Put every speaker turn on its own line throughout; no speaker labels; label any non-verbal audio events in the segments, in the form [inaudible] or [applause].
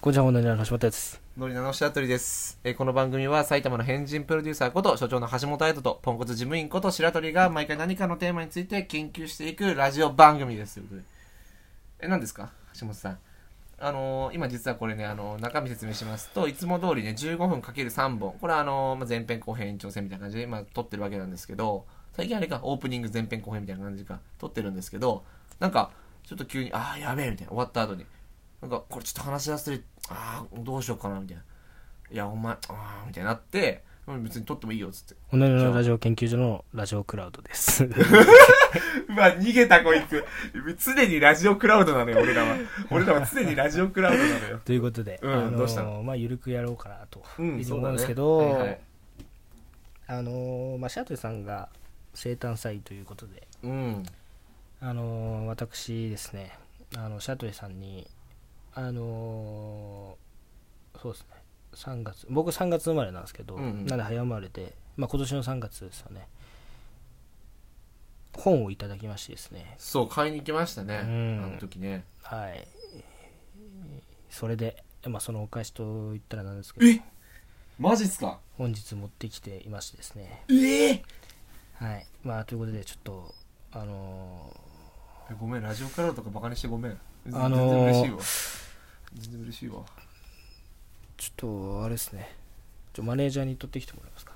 こんにちは、本題の橋本です。
ノリナのしあとりです、えーこの番組は埼玉の変人プロデューサーこと所長の橋本愛人とポンコツ事務員こと白鳥が毎回何かのテーマについて研究していくラジオ番組ですということでえ何ですか橋本さんあのー今実はこれね、あのー中身説明しますといつも通りね15分かける3本これはあのーまあ、前編後編延長戦みたいな感じで今撮ってるわけなんですけど最近あれかオープニング前編後編みたいな感じか撮ってるんですけどなんかちょっと急にああやべえみたいな終わった後になんかこれちょっと話し忘れああどうしようかなみたいないやお前ああみたいになってうん別に撮ってもいいよっつって
本題のラジオ研究所のラジオクラウド
[laughs]
です。
うわ、逃げたこいつ。常にラジオクラウドなのよ、俺らは。俺らは常にラジオクラウドなのよ。
ということで、
うん
あの
どうしたの
まあ、ゆるくやろうかなと、
うん
いつも思うんですけど、あのーまあ、シャトルさんが生誕祭ということで、
うん。
あのー私ですね、あのシャトルさんに、あのーそうですね、3月、僕3月生まれなんですけど、
うんうん
なんで早生まれで、まあ、今年の3月ですよね、本をいただきましてですね、
そう、買いに行きましたね。
うん
あの時ね。
はい。それで、まあ、そのお返しと言ったらなんですけど、
えマジっすか
本日持ってきていましてですね。
ええ
はい。まあ、ということで、ちょっと、あの
ごめん、ラジオクラウドとかバカにしてごめん。
あのー
全然嬉しいわ。全然嬉しいわ。
ーちょっと、あれですね。ちょマネージャーに取ってきてもらえますか。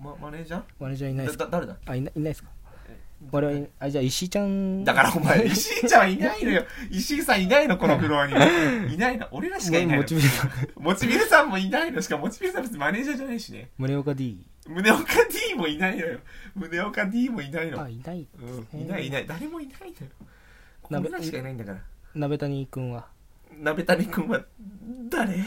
ま、マネージャ
マネージャーいないで
ー
す
だ、
か
だ誰だ
あ、いないいないですか我々、あ、じゃあ、石井ちゃん。
だからお前、石井ちゃんいないのよ。石井さんいないの、この
[laughs]
フロアには。いないの。俺らしかいない
モ
の
チ。ベーション
モチビルさんもいないの。しかも、モチビルさん別にマネージャーじゃないしね。
宗岡 D。
宗岡 D もいないのよ宗岡 D もいないの
あ、、いない。
うん、いないいない誰もいないのよ
鍋
俺らしかいないんだから
鍋谷くんは。
鍋谷君は誰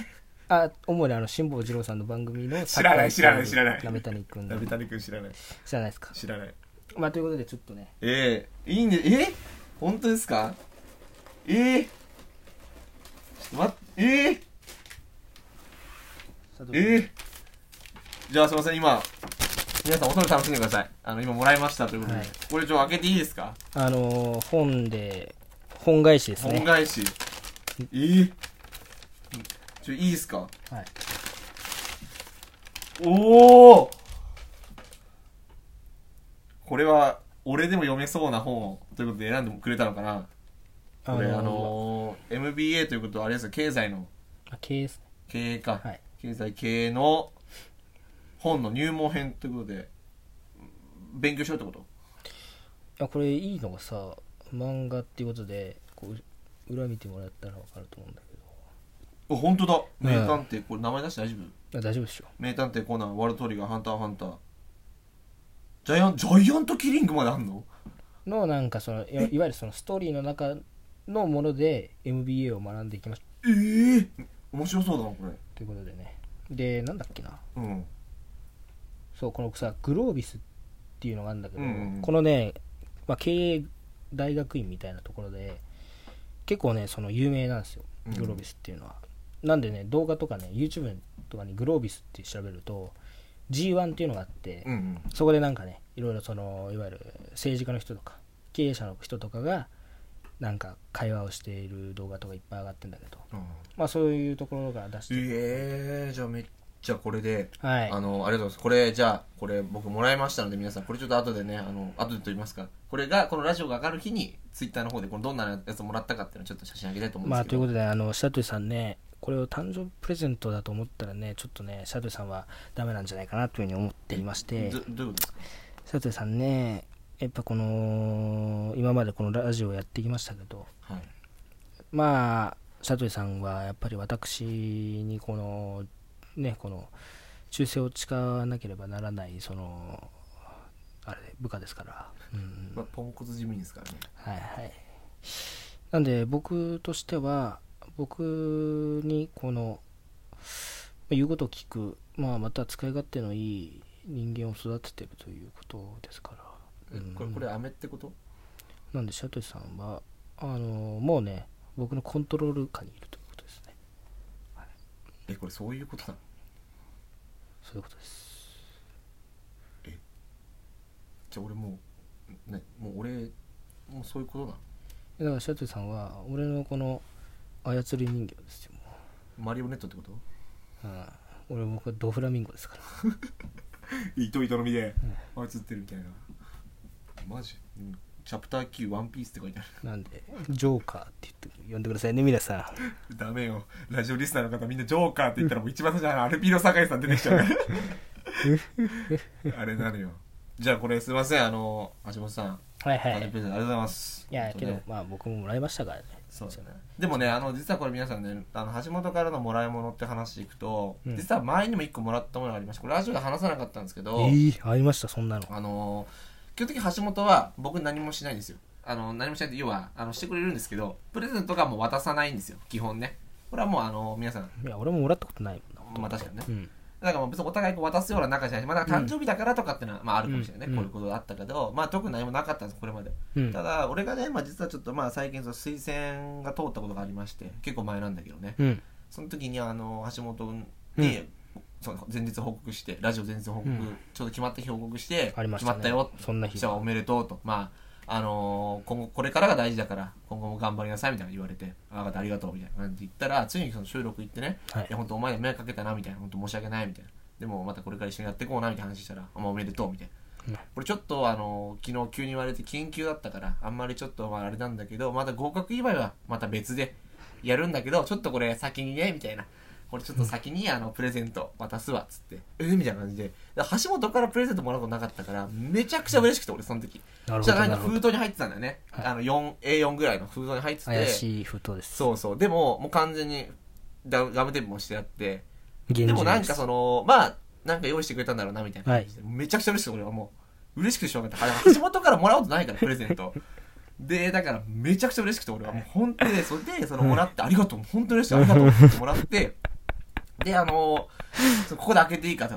あ、主にあの、辛坊二郎さんの番組の。
知らない知らない知らない
鍋谷くん。
鍋谷君知らない
知らないですか。
知らない
まあ、ということで、ちょっとね。
ええいいんでええ本当ですかええちょっと待ってええ
佐藤君
ええじゃあすいません今皆さんおそれ楽しんでくださいあの今もらいましたということで、
はい
これちょっと開けていいですか
あのー本で、本返しです
本
ね。
返しええちょいいですか
はい、
おおこれは俺でも読めそうな本をということで選んでくれたのかなこれあのー MBA ということはあれですよ経済の
ーあ経営ですね
経営か、
はい
経済経営の本の入門編ということで勉強しようってこと
あこれいいのがさ、漫画っていうことで、こう、裏見てもらったらわかると思うんだけ
あ本当だ名探偵、これ名前出して大丈夫
ど。あ大丈夫でしょ。
名探偵コナンワールドトリガーハンターハンタージャイアンジャイアントキリングまであんの
の、なんかその、いわいわゆるそのストーリーの中のもので、MBA を学んでいきましょ
ええ面白そうだなこ
うということでね。で、なんだっけな。
れうん
そう、このさ、グロービスっていうのがあるんだけど、
うんうんうん
このね、まあ、経営大学院みたいなところで、結構ね、その有名なんですよ、
うん
グロービスっていうのは。なんでね、動画とかね、YouTube とかにグロービスって調べると、G1 っていうのがあって、
うんうん
そこでなんかね、いろいろその、いわゆる政治家の人とか、経営者の人とかが、なんか会話をしている動画とかいっぱい上がってんだけど、
うん
まあそういうところが出してる、
ええじゃあめっちゃこれで、
はい
あ。のありがとうございますこれじゃあこれ僕もらいましたので皆さんこれちょっと後でねあの後でと言いますかこれがこのラジオが上がる日にツイッターの方でこのどんなやつもらったかっていうのをちょっと写真あげたいと思うんで
ますあ
け
とい
ど、
うことで、あの、シャトゥさんね、これを誕生日プレゼントだと思ったらね、ちょっとね、シャトゥさんはダメなんじゃないかなというふうに思っていまして、シ
どどういうことですか
ャトゥさんね、やっぱこの、今までこのラジオをやってきましたけど、
はい
まあ、シャトゥさんはやっぱり私にこの、ね、この、忠誠を誓わなければならない、その、あれ、部下ですから、うん、
まあ、ポンコツ事務員ですからね
はいはい。なんで僕としては、僕にこの、まあ言うことを聞く、まあ、また使い勝手のいい人間を育ててるということですから、うん
これこれアメってこと
なんでシャトシさんは、あのもうね、僕のコントロール下にいるということですね。
えこれそういうことなの
そういうことです。
じゃあ俺もうねもう俺もうそういうことなの
だからシャトシさんは、俺のこの操り人形ですよ、もう
マリオネットってこと
うん、俺僕はドフラミンゴですから
糸糸の実で映ってるみたいなマジ、うん、チャプター9ワンピースって書いてある
なんでジョーカーって言って呼んでくださいね皆
[laughs]
さ
ダメよラジオリスナーの方みんなジョーカーって言ったらもう一番最初にあのアルピーの酒井さん出てきちゃうから [laughs] あれなるよじゃあこれすいませんあの橋本さん、
んはいは
誕生日
い
プレゼントありがとうございます
いや
本当
け
ね
どまあ僕ももらいましたからね
そうですねでもねあの実はこれ皆さんねあの橋本からのもらい物って話いくと、
うん
実は前にも一個もらったものがありましたこれラジオで話さなかったんですけ
え
ど、
ー、ありましたそんなの
あのー基本的に橋本は僕何もしないんですよあの何もしないって要はあのしてくれるんですけどプレゼントがもう渡さないんですよ基本ねこれはもうあの皆さん
いや俺ももらったことないもんな
まあ確かにね
うん
だからもう別にお互いこう渡すような仲じゃないし、まあ、だから誕生日だからとかってのは、まあ、あるかもしれないね、
うん
こういうことがあったけど、まあ、特に何もなかったんですこれまで、
うん
ただ俺がね、まあ、実はちょっとまあ最近その推薦が通ったことがありまして結構前なんだけどね
うん
その時にあの橋本に、その前日報告してラジオ前日報告、
うん
ちょうど決まった日報告して
ありまし
決
たね
まったよ
そんな日
じゃあおめでとうとまああのー今後これからが大事だから今後も頑張りなさいみたいなの言われてあ分かったありがとうみたいな感じで言ったらついにその収録行ってね、
はい
いや本当お前に迷惑かけたなみたいな本当申し訳ないみたいなでもまたこれから一緒にやっていこうなみたいな話したらお前おめでとうみたい
うん
な俺ちょっとあのー昨日急に言われて緊急だったからあんまりちょっとまああれなんだけどまた合格祝いはまた別でやるんだけどちょっとこれ先にねみたいなこれちょっと先にあのプレゼント渡すわっつってえみたいな感じでで橋本からプレゼントもらうことなかったからめちゃくちゃ嬉しくて俺その時
なるほ
じ
ど
ゃな
なん
か
るほ
封
ど
筒に入ってたんだよね、
はい
あの 4- A4 ぐらいの封筒に入ってて
怪しい封筒です
そうそうでももう完全にダガムテープもしてあって
現
でも
状
なん
で
か
す
そのまあなんか用意してくれたんだろうなみたいな感じで、めちゃくちゃ嬉しくて俺はもう嬉しくてしょうがないあの橋本からもらうことないからプレゼントでだからめちゃくちゃ嬉しくて俺はもう本当にそれでそのもらってありがとう本当に嬉しいありがとうってもらってであのそのここで開けていいかと。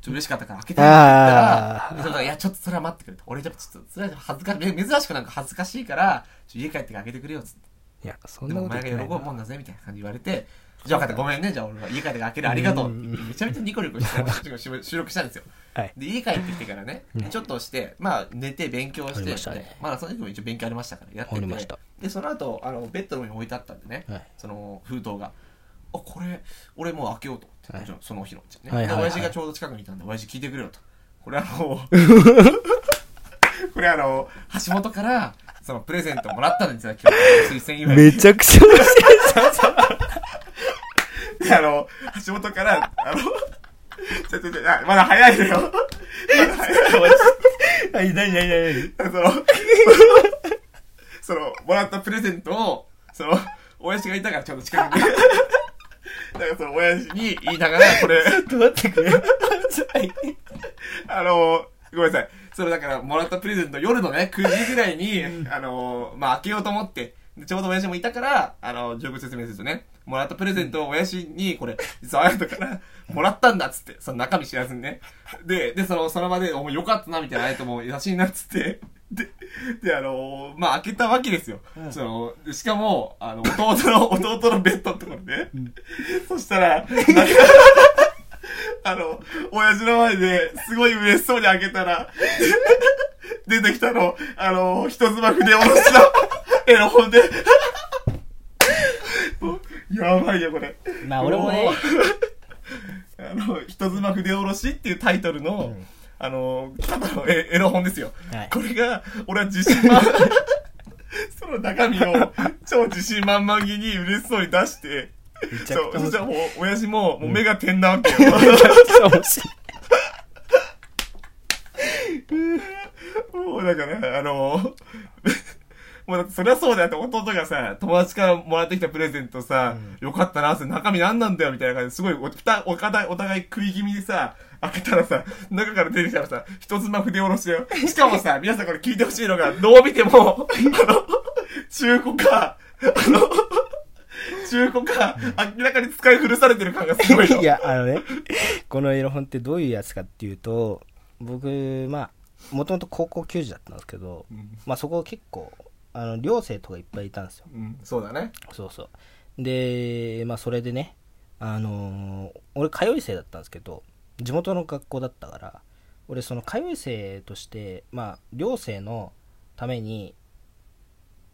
ちょっと嬉しかったから開けていいかって言ったらでその人が、いや、ちょっとそれは待ってくれと。俺、ちょっと、それは恥ずかしい、珍しくなんか恥ずかしいから、ちょ家帰って開けてくれよ、つって。
いやそん
で
な
も
こ
お
と言
前
ってない
が喜ぶ
な
もんだぜみたいな感じで言われて、じゃあ分かった、ごめんね、じゃあ俺は家帰って開ける、ありがとうって言って、めちゃめちゃニコニコして、収録したんですよ。
はい
で、家帰ってきてからね、ちょっとして、まあ寝て勉強
あ
し
りました
て、
ね
まだその時も一応勉強ありましたから、やって
ありましてた、
で、その後、あのベッドの上に置いてあったんでね
はい、
その封筒が。あ、これ、俺もう開けようと思
は
っ
い
て、その日のうちに
はい
ね。で、
はいはい
親父がちょうど近くにいたんで、親父聞いてくれよと。これあ
[laughs]
の、これあの、橋本から、そのプレゼントもらったんですよ、今日。推薦祝いで
めちゃくちゃ面白い
[laughs] で [laughs] あの、橋本から、あの、ちょちょちょ、あまだ早いのよ。まだ早い [laughs] のよ。
はい何何 [laughs] 何
その、その、もらったプレゼントを、その、親父がいたからちょっと近くに。だ [laughs] からその、親父に言いながら、これ、
何ちょっと待ってくれ
[laughs] あの、ごめんなさい。それだから、もらったプレゼント、夜のね、9時ぐらいに、あの、まあ、開けようと思って、でちょうど親父もいたから、あの、状況説明するとね、もらったプレゼントを親父に、これ、実はあなたから、もらったんだっつって、その中身知らずにね。で、で、その、その場で、お前よかったな、みたいな、あえてもう優しいなっつって、で、 [laughs] で、あのまあ、開けたわけですよ。その、でしかも、あの、弟の、 [laughs] 弟のベッドのところで、そしたら、なんかあの、親父の前で、すごい嬉しそうに開けたら、出てきたの、あの、人妻筆下ろしの絵の
[laughs]
本で。やばいよ、これ。
まあ俺もね
う。あの、人妻筆下ろしっていうタイトルの、あの、ただの絵絵の本ですよ。
はい
これが、俺は自信満々、 [laughs] その中身を超自信満々気に嬉しそうに出して、
めちゃ
そう
くちゃ面
そし
白
たら
い
もう、親父も、もう目が点なわけよ。
めちゃくちゃ面白い
もうだから、あの、 [laughs] もうだってそりゃそうだよって弟がさ、友達からもらってきたプレゼントさ、よかったな、それ中身何なんだよ、みたいな感じで、すごいおたお互い、お互い食い気味でさ、開けたらさ、中から出てきたらさ、人妻筆下ろしだよ。しか
[laughs]
もさ、皆さんこれ聞いてほしいのが、どう見ても、あの、中古か、あの、中古か、明らかに使い古されてる感がすごいの。
い [laughs] や、あのね、このエロ本ってどういうやつかっていうと、僕、まあ、もともと高校球児だったんですけど、
うん
まあそこ結構、あの、寮生とかいっぱいいたんですよ。
うん、そうだね。
そうそう。で、まあそれでね、あのー俺、通い生だったんですけど、地元の学校だったから、俺、その通い生として、まあ、寮生のために、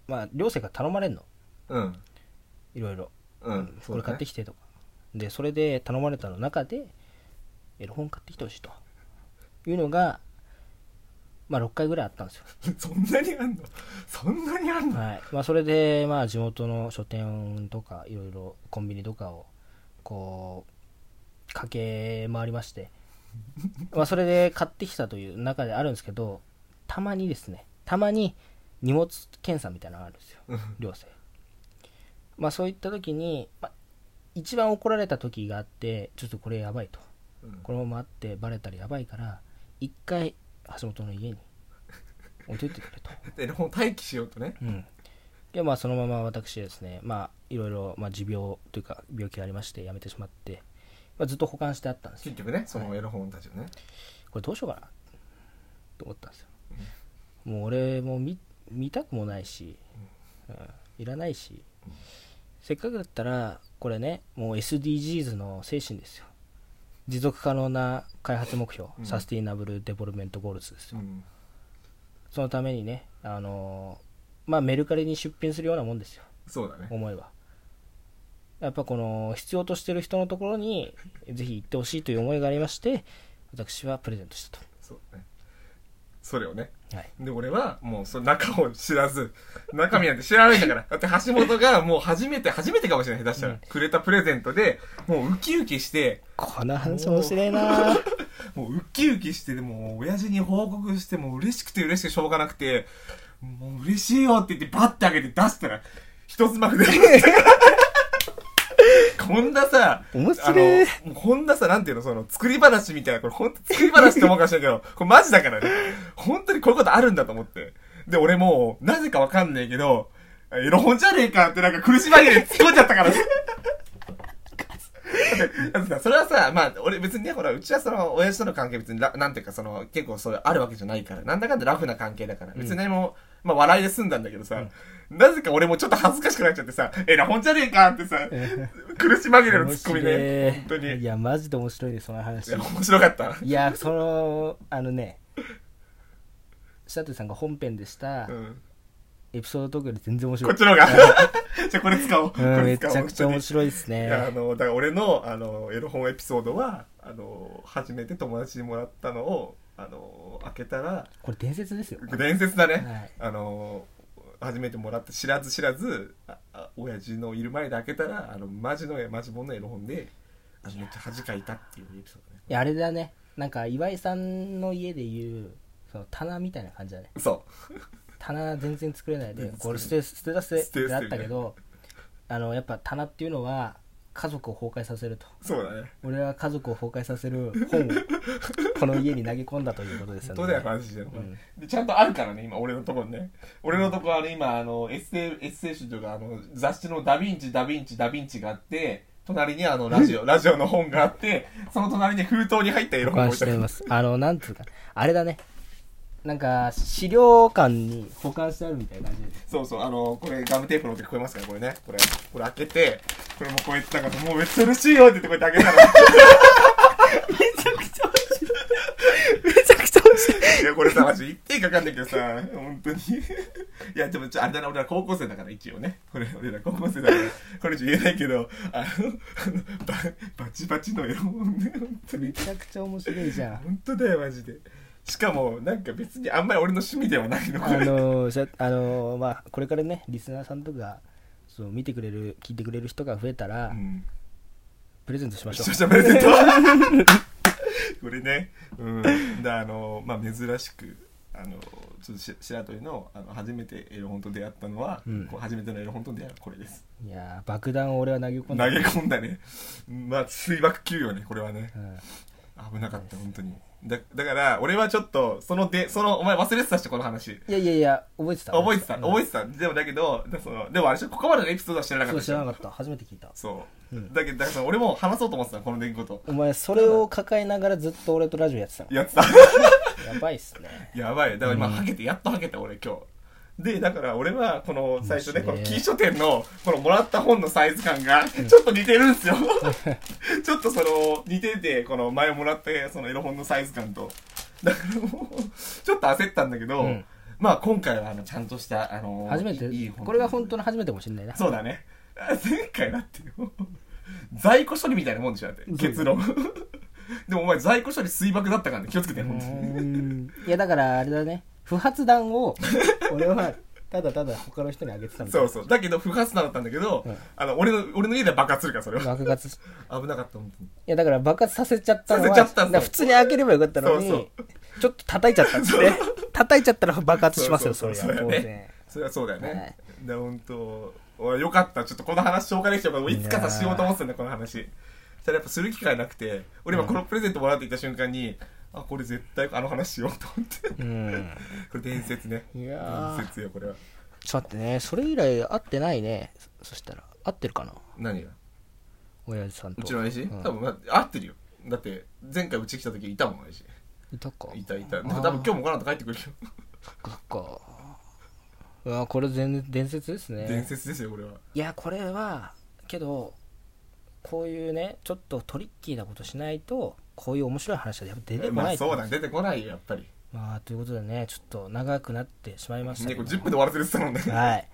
まあ、寮生から頼まれんの、
うん。
いろいろ。
うん。
これ買って
き
きてとか。でそれで頼まれたの中でエロ本買ってきてほしいというのが、まあ、6回ぐらいあったんですよ、
[laughs] そんなにあんのそんなにあんの
はいまあ、それで、まあ、地元の書店とかいろいろコンビニとかをこう駆け回りまして、まあ、それで買ってきたという中であるんですけどたまにですねたまに荷物検査みたいなのがあるんですよ寮生まあそういった時に、まあ、一番怒られた時があってちょっとこれやばいと
うん
このままあってバレたらやばいから一回橋本の家に置いといてくれと、
エロ本待機しようとね
うん、でまあそのまま私ですねまあいろいろ、まあ、持病というか病気がありましてやめてしまって、まあ、ずっと保管してあったんですよ
結局ねそのエロ本たちをね、
これどうしようかなと思ったんですよもう俺も見見たくもないし、うんいらないし、せっかくだったらこれねもう SDGs の精神ですよ持続可能な開発目標、
うん
サスティナブルデベロメントゴールズですよ、
うん
そのためにねあのーまあメルカリに出品するようなもんですよ
そうだね
思えばやっぱこの必要としてる人のところにぜひ行ってほしいという思いがありまして私はプレゼントした
そうだねそれをね
とはい
で俺はもうその中を知らず中身なんて知らないん
[laughs]
だからだって橋本がもう初めて初めてかもしれない下手したら、
うん
くれたプレゼントでもうウキウキして
この話面白いなぁ
もうウキウキしてでもう親父に報告してもう嬉しくて嬉しくてしょうがなくてもう嬉しいよって言ってバッて開けて出したら一つまくでこんなさ
面
あ
白
の
い、
もうこんなさ、なんていうの、その、作り話みたいな、これほんと作り話って思うかもしれないけど、これマジだからね。本当にこういうことあるんだと思って。で、俺もう、なぜかわかんないけど、エロ本じゃねえかってなんか苦し紛れに突っ込んじゃったからね。 [laughs] だってさそれはさ、まあ、俺別にね、ほら、うちはその、親父との関係別にラ、なんていうか、その、結構それあるわけじゃないから、なんだかんだラフな関係だから、別に何も、まあ、笑いで済んだんだけどさ、なぜか俺もちょっと恥ずかしくなっちゃってさ、エロ本じゃねえかってさ、苦し紛れの
面
ツッコ
白
ミ
い
ね。本当に
い。やマジで面白いですその話
いや、面白かった。
いやそのあのね白鳥さんが本編でした
うん。
エピソードトークより全然面白
こ
い
っちの方が。 [laughs] じゃあこれ使おう。こ
うん、
れ
め
使
ち
おう
ゃくちゃ面白いです
いや、あ
ね
の、だから俺の、あの、エロ本エピソードは、あの、初めて友達にもらったのを、あの、開けたら、
これ伝説ですよ
伝説だね。
はい
あの、初めてもらって知らず知らず、ああ親父のいる前で開けたら、あの、マジの、マジ本のエロ本で、あの、めっちゃ恥かいたっていうエピソードね。
いやあれだねなんか岩井さんの家でいうその棚みたいな感じだね
そ
棚全然作れないで
うん
これ捨て捨て出せ
捨て出せ
だったけどあのやっぱ棚っていうのは家族を崩壊させると
う。そうだね。
俺は家族を崩壊させる本
[laughs]
をこの家に投げ込んだということですよ
本
ね
当だよ、マジで。
ん
でちゃんとあるからね、今、俺のところね。俺のところ、あの、今、あの、エッセイ、エッセイ集というか、あの、雑誌のダヴィンチ、ダヴィンチ、ダヴィンチがあって、隣にあの、ラジオ、ラジオの本があって、その隣に封筒に入った色
保
が
管
置い
して
あ
て
る。
ます。あの、なんつうか、あれだね。なんか、資料館に保管してあるみたいな
[laughs]
感じです。
そうそう、あの、これガムテープの音聞こえますから、これね。これ、これ開けて、これもこうやってなんか、もうめっちゃ嬉しいよって言ってこうやって開けたら、
めちゃくちゃ面白い。
いや、これさ、マジ言っていいかわかんないけどさ、本当に。いや、でもちょ、あれだな、俺ら高校生だから、一応ね。これ、俺ら高校生だから、これじゃ言えないけど、あの、あのババチバチの絵本ね、本当
め
に。
ちゃくちゃ面白いじゃん。
本当だよ、マジで。しかも、なんか別にあんまり俺の趣味ではないの、こ
あ
れ。
の、じゃあの、まあ、これからね、リスナーさんとか、そう、見てくれる、聞いてくれる人が増えたら、
うん。
プレゼントしましょ
視
う
聴。者プレゼント。
[laughs]
これね、うん。だあの、まあ、珍しく、あの、ちょっとし白鳥のあの初めてエロ本と出会ったのは、
うん
こう初めてのエロ本と出会うのはこれです。
いやー爆弾を俺は投げ込
投
ん
げ
だ。
込んだね。まあ、水爆球よね、これはね
う。ん
危なかった、本当に。だ、だから、俺はちょっと、そので、その、お前忘れてたっしょ、この話。
いやいやいや、覚えてた。
覚えてた、覚え
て
てた。でも、だけど、だその、でもあれでしょ、ここまでのエピソードは知らな
た。
か
そう、
ったで
知
しょ
らなかった。初めて聞いた。
そう。
うん
だけど、だからさ俺も話そうと思ってたのこの出来事。
お前、それを抱えながらずっと俺とラジオやってたの。
やってた。
やばいっすね。
やばい。だから今、はけて、やっとはけた、俺、今日。で、だから俺は、この、最初ね、こ
面白い
の、キー書店の、この、もらった本のサイズ感が、ちょっと似てるんですよ。 [laughs] ちょっとその、似てて、この、前もらって、その、エロ本のサイズ感と。だからもう、ちょっと焦ったんだけど、
うん
まあ、今回は、あの、ちゃんとした、あの、
初めて
いいいい本。 [laughs]
これが本当の初めてかもしれないな
そうだね。あ前回だってよ。在庫処理みたいなもんでしょだって
そう
結論 [laughs] でもお前在庫処理水爆だったからね気をつけて
う
本当に
ーんいやだからあれだね不発弾
[laughs]
を俺はただただ他の人にあげてたんだ
そうそうだけど不発弾だったんだけど、
うん
あの俺の俺の家では爆発するからそれは
爆発し
危なかった本当に
いやだから爆発させちゃったのは
させちゃったんだ
だから普通に開ければよかったのに
そう
ちょっと叩いちゃったんですね叩いちゃったら爆発しますよ
そ
そうれ
そう
は
そう
当
そうだ
然
それはそうだよね、
はい
で本当おいよかったちょっとこの話紹介できたからもういつかさしようと思ってたんだこの話そしたらやっぱする機会なくて俺今このプレゼントもらっていった瞬間に、あこれ絶対あの話しようと思って
うん
これ伝説ね
いやー
伝説よこれは
ちょっと待ってねそれ以来会ってないねそそしたら会ってるかな
何が
親父さんと
うちの林、
うん
多分、まあ、合ってるよだって前回うち来た時いたもん林
いたか
いたいたで
あ
も
ー
多分今日もこの後帰ってくるよ
そっかうわこれ全然伝説ですね
伝説ですよこれはい
やこれはけどこういうねちょっとトリッキーなことしないとこういう面白い話はやっぱ出てこ
ま
な
あ
いと、
そうだね出てこないよやっぱり
まあということでねちょっと長くなってしまいました
ね
け
こ
ど
れ10分で終わらせるって言ってたもんね
はい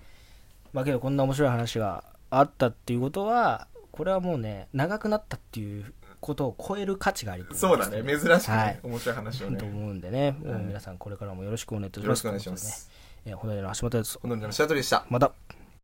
まあけどこんな面白い話があったっていうことはこれはもうね長くなったっていうことを超える価値があります
そうだね珍しくね、
はい
面白い話を
と
ね
思うんでね、
うん
もう皆さんこれからもよろしくお願いいたし
よろ
ま
し
す
くお願いします
ということでね、えー、本題の橋本です
本当にあの白鳥でした
また